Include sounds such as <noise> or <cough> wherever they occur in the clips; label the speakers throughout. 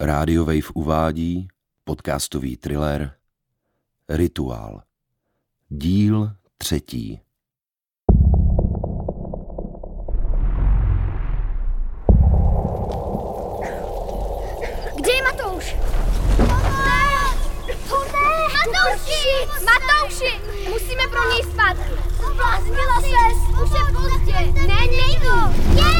Speaker 1: Radio Wave uvádí podcastový thriller Rituál. Díl třetí.
Speaker 2: Kde je Matouš? Matouši! Matouši! Musíme pro něj zpátky. Zbláznila ses! Už je pozdě. Ne, nejdu. Je!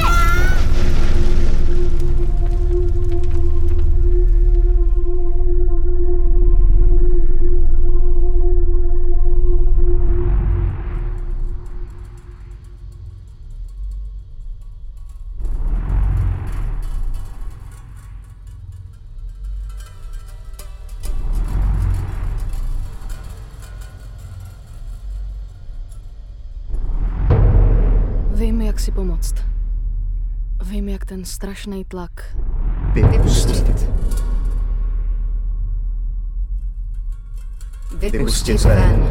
Speaker 3: Vím, jak si pomoct. Vím, jak ten strašný tlak.
Speaker 4: Vypustit. Vypustit ven.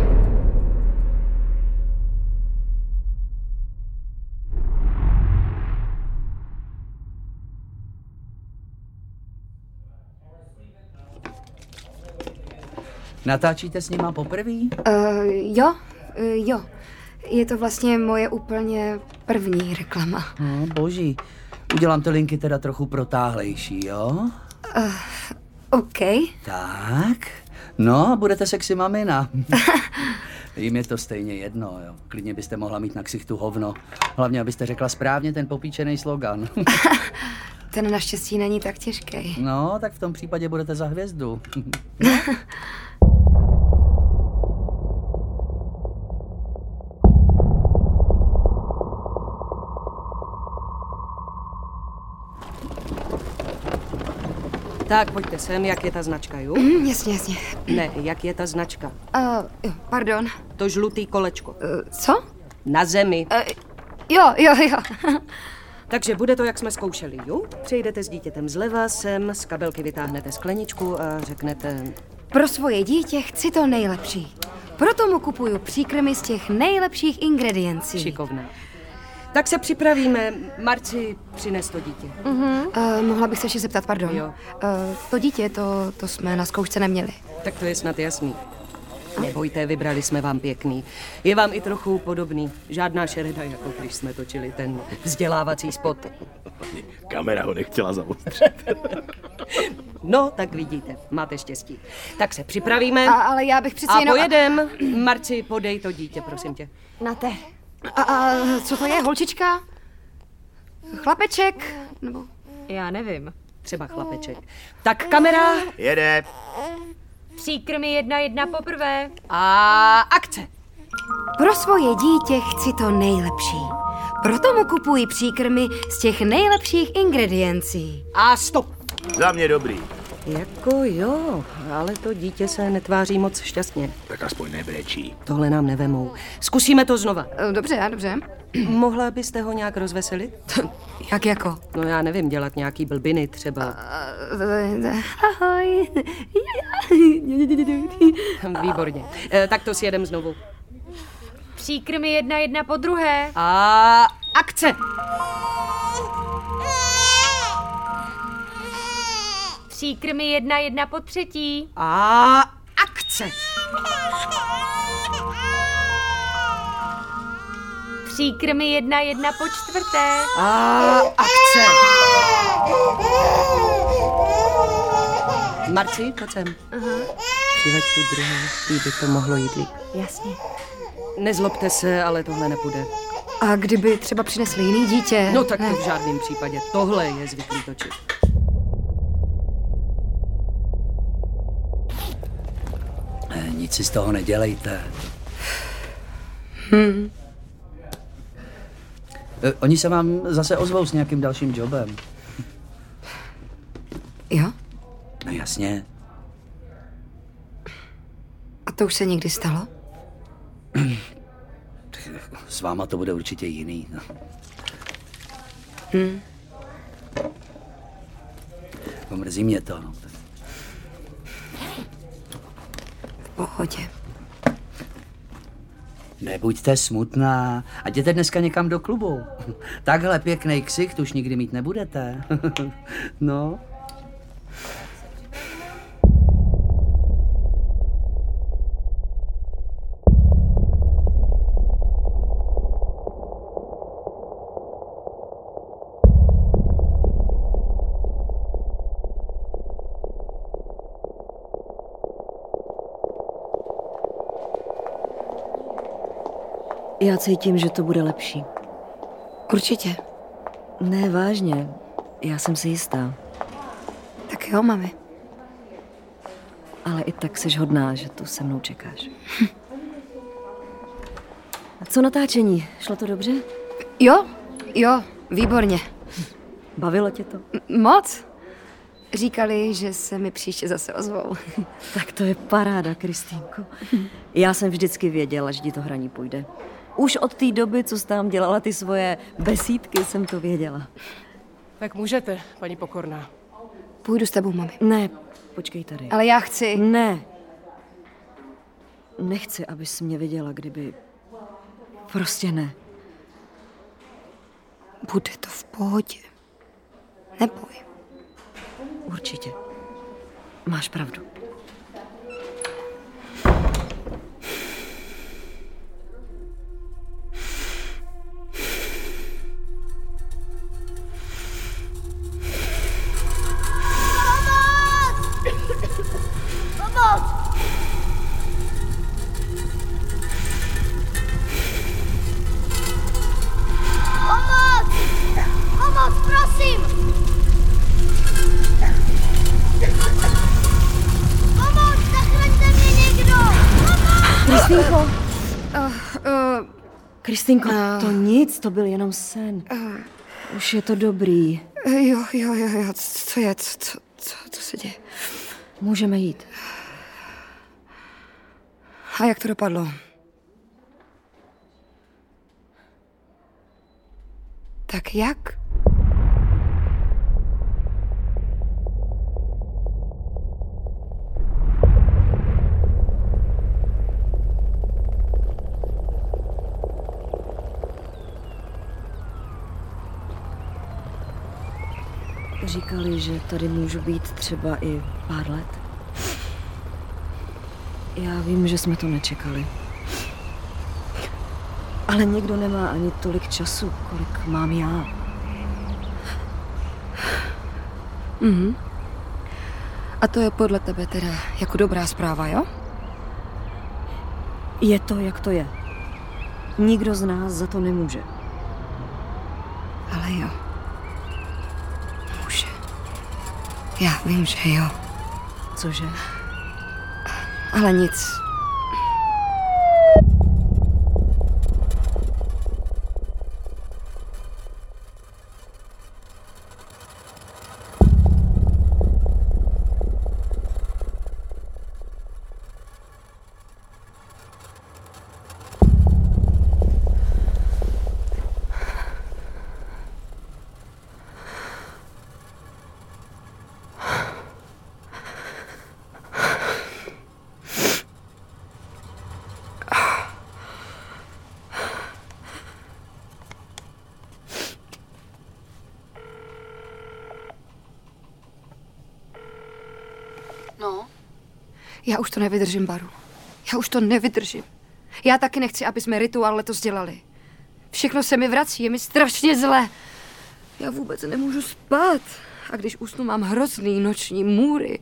Speaker 5: Natáčíte s nima poprvé?
Speaker 6: Uh, jo, uh, jo. Je to vlastně moje úplně první reklama.
Speaker 5: No, boží. Udělám ty linky teda trochu protáhlejší, jo?
Speaker 6: OK.
Speaker 5: Tak. No, budete sexy mamina. Jím je to stejně jedno, jo. Klidně byste mohla mít na ksichtu hovno. Hlavně, abyste řekla správně ten popíčený slogan.
Speaker 6: Ten naštěstí není tak těžký.
Speaker 5: no, tak v tom případě budete za hvězdu.
Speaker 7: Tak pojďte sem, jak je ta značka, jo?
Speaker 6: Mm, jasně, jasně.
Speaker 7: Ne, jak je ta značka?
Speaker 6: Uh, jo, pardon.
Speaker 7: To žlutý kolečko.
Speaker 6: Uh, co?
Speaker 7: Na zemi.
Speaker 6: Uh, jo, jo, jo. <laughs>
Speaker 7: Takže bude to, jak jsme zkoušeli, jo? Přejdete s dítětem zleva sem, z kabelky vytáhnete skleničku a řeknete...
Speaker 6: Pro svoje dítě chci to nejlepší. Proto mu kupuju příkrmy z těch nejlepších ingrediencí.
Speaker 7: Šikovná. Tak se připravíme. Marci, přines to dítě.
Speaker 6: Uh, mohla bych se ještě zeptat, pardon.
Speaker 7: Jo.
Speaker 6: Uh, to dítě, to, to jsme na zkoušce neměli.
Speaker 7: Tak to je snad jasný. Nebojte, vybrali jsme vám pěkný. Je vám i trochu podobný. Žádná šereda, jako když jsme točili ten vzdělávací spot.
Speaker 8: Kamera ho nechtěla zaostřit.
Speaker 7: No, tak vidíte, máte štěstí. Tak se připravíme.
Speaker 6: A, ale já bych přeci
Speaker 7: Eh. A
Speaker 6: jenom...
Speaker 7: pojedem. Marci, podej to dítě, prosím tě.
Speaker 6: Nate. A, a co to je, holčička? Chlapeček? Nebo...
Speaker 9: Já nevím.
Speaker 7: Třeba chlapeček. Tak kamera
Speaker 4: Jede.
Speaker 9: Příkrmy jedna jedna poprvé.
Speaker 7: a akce.
Speaker 6: Pro svoje dítě chci to nejlepší. Proto mu kupuji příkrmy z těch nejlepších ingrediencí.
Speaker 7: A stop.
Speaker 4: Za mě dobrý.
Speaker 7: Jako jo, ale to dítě se netváří moc šťastně.
Speaker 8: Tak aspoň nebrečí.
Speaker 7: Tohle nám nevemou. Zkusíme to znova. <clears throat>
Speaker 6: E, Dobře, dobře.
Speaker 7: Mohla byste ho nějak rozveselit? <laughs>
Speaker 6: Jak jako?
Speaker 7: No já nevím, dělat nějaký blbiny třeba.
Speaker 6: E, Ahoj.
Speaker 7: <laughs> Výborně. E, tak to sjedem znovu.
Speaker 9: Příkrmy jedna jedna po druhé.
Speaker 7: A akce.
Speaker 9: Příkrmy jedna jedna po třetí.
Speaker 7: A akce.
Speaker 9: Příkrmy jedna jedna po čtvrté.
Speaker 7: A akce. Marci, pojď sem. Přiveď tu druhou, jí by to mohlo jít líp.
Speaker 6: Jasně.
Speaker 7: Nezlobte se, ale tohle nepůjde.
Speaker 6: A kdyby třeba přinesli jiný dítě? Eh,
Speaker 7: No tak to v žádném případě. Tohle je zvyklý točit.
Speaker 5: Eh, Nic si z toho nedělejte. Eh, Oni se vám zase ozvou s nějakým dalším jobem.
Speaker 6: Jo?
Speaker 5: No jasně,
Speaker 6: A to už se někdy stalo?
Speaker 5: S váma to bude určitě jiný. no. No, Mrzí mě to. No.
Speaker 6: V pohodě.
Speaker 5: Nebuďte smutná a jděte dneska někam do klubu. <laughs> <laughs> Takhle pěkný ksicht už nikdy mít nebudete. no.
Speaker 10: Já cítím, že to bude lepší.
Speaker 6: Určitě.
Speaker 10: Ne, vážně. Já jsem si jistá.
Speaker 6: Tak jo, mami.
Speaker 10: Ale i tak jsi hodná, že tu se mnou čekáš. A co natáčení? Šlo to dobře?
Speaker 6: Jo, jo, výborně.
Speaker 10: Bavilo tě to?
Speaker 6: M- moc. Říkali, že se mi příště zase ozvou. <laughs>
Speaker 10: Tak to je paráda, Kristýnko. Já jsem vždycky věděla, že ti to hraní půjde. Už od té doby, co jsi tam dělala ty svoje besídky, jsem to věděla.
Speaker 11: Tak můžete, paní Pokorná.
Speaker 6: Půjdu s tebou, mami.
Speaker 10: Ne, počkej tady.
Speaker 6: Ale já chci.
Speaker 10: Ne. Nechci, abys mě viděla, kdyby... Prostě ne.
Speaker 6: Bude to v pohodě. Neboj.
Speaker 10: Určitě. Máš pravdu.
Speaker 2: Pomoc! Pomoc! Pomoc, prosím! Pomoc, zachraňte mě někdo!
Speaker 10: Kristýnko,
Speaker 6: Uh,
Speaker 10: Kristýnko,
Speaker 6: No.
Speaker 10: to nic, to byl jenom sen. Už je to dobrý.
Speaker 6: uh, jo, jo, jo, jo, co co je, co, co, co, co se děje?
Speaker 10: Můžeme jít.
Speaker 6: A jak to dopadlo? Tak jak?
Speaker 10: Říkali, že tady můžu být třeba i pár let. Já vím, že jsme to nečekali. Ale někdo nemá ani tolik času, kolik mám já.
Speaker 6: Mhm. A to je podle tebe teda jako dobrá zpráva, jo?
Speaker 10: Je to, jak to je. Nikdo z nás za to nemůže.
Speaker 6: Ale jo. Může. Já vím, že jo.
Speaker 10: Cože?
Speaker 6: Ale nic. No? Já už to nevydržím, Baru. Já už to nevydržím. Já taky nechci, aby jsme rituál letos dělali. Všechno se mi vrací, je mi strašně zle. Já vůbec nemůžu spát. A když usnu, mám hrozný noční můry.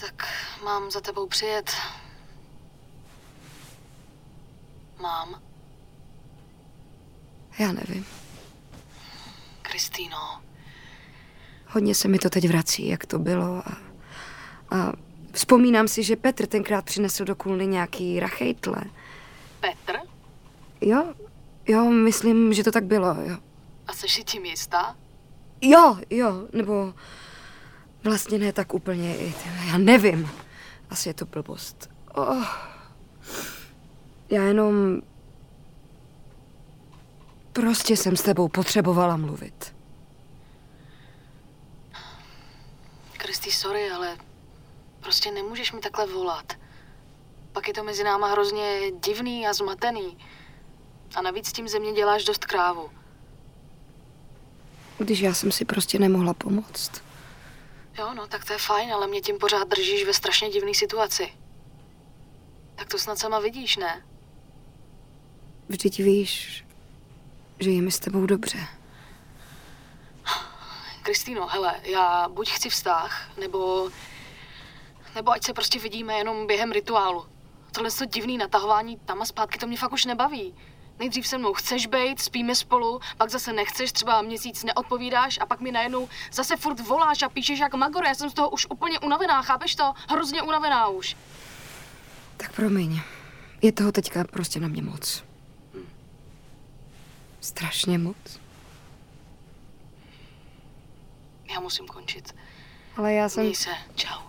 Speaker 12: Tak mám za tebou přijet. Mám,
Speaker 6: Já nevím.
Speaker 12: Kristýno.
Speaker 6: Hodně se mi to teď vrací, jak to bylo. A, a vzpomínám si, že Petr tenkrát přinesl do kůlny nějaký rachejtle.
Speaker 12: Petr?
Speaker 6: Jo, jo, myslím, že to tak bylo, jo.
Speaker 12: A seš si tím jistá?
Speaker 6: Jo, jo, nebo vlastně ne tak úplně, i ty- já nevím. Asi je to blbost. Oh. Já jenom... Prostě jsem s tebou potřebovala mluvit.
Speaker 12: Kristý, sorry, ale prostě nemůžeš mi takhle volat. Pak je to mezi náma hrozně divný a zmatený. A navíc tím ze mě děláš dost krávu.
Speaker 6: Když já jsem si prostě nemohla pomoct.
Speaker 12: Jo, no, tak to je fajn, ale mě tím pořád držíš ve strašně divné situaci. Tak to snad sama vidíš, ne?
Speaker 6: Vždyť víš, že je mi s tebou dobře.
Speaker 12: Kristýno, hele, já buď chci vztah, nebo... Nebo ať se prostě vidíme jenom během rituálu. Tohle to divný natahování tam a zpátky, to mě fakt už nebaví. Nejdřív se mnou chceš bejt, spíme spolu, pak zase nechceš, třeba měsíc neodpovídáš a pak mi najednou zase furt voláš a píšeš jak Magor. Já jsem z toho už úplně unavená, chápeš to? Hrozně unavená už.
Speaker 6: Tak promiň. Je toho teďka prostě na mě moc. Strašně moc.
Speaker 12: Já musím končit.
Speaker 6: Ale já jsem...
Speaker 12: Měj se, čau.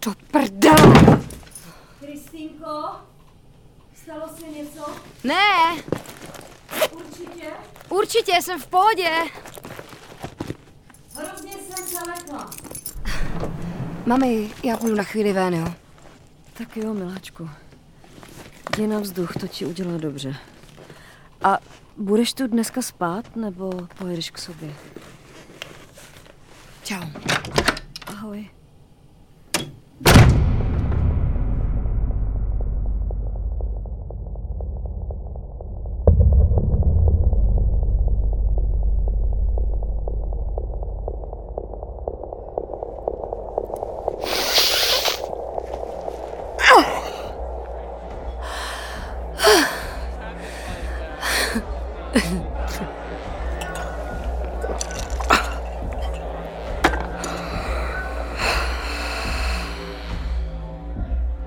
Speaker 6: To prdele!
Speaker 13: Kristýnko, stalo se něco?
Speaker 2: Ne,
Speaker 13: Určitě?
Speaker 2: určitě jsem v pohodě.
Speaker 13: Hrozně jsem zalekla.
Speaker 6: Mami, já půjdu na chvíli ven, jo?
Speaker 10: Tak jo, miláčku. Jdi na vzduch, to ti udělá dobře. A budeš tu dneska spát, nebo pojedeš k sobě?
Speaker 6: Čau.
Speaker 10: Ahoj.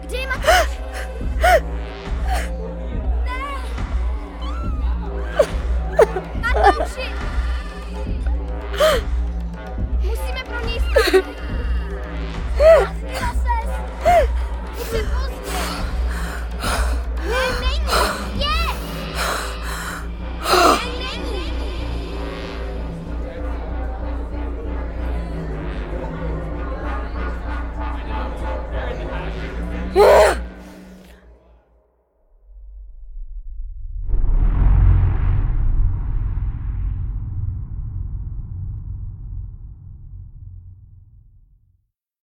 Speaker 2: Kde je Matouš? Ne! Matouši! Musíme pro něj spát. Zbláznila ses. Už je pozdě. Ne, není. Je! Ne, není.
Speaker 13: Yeah!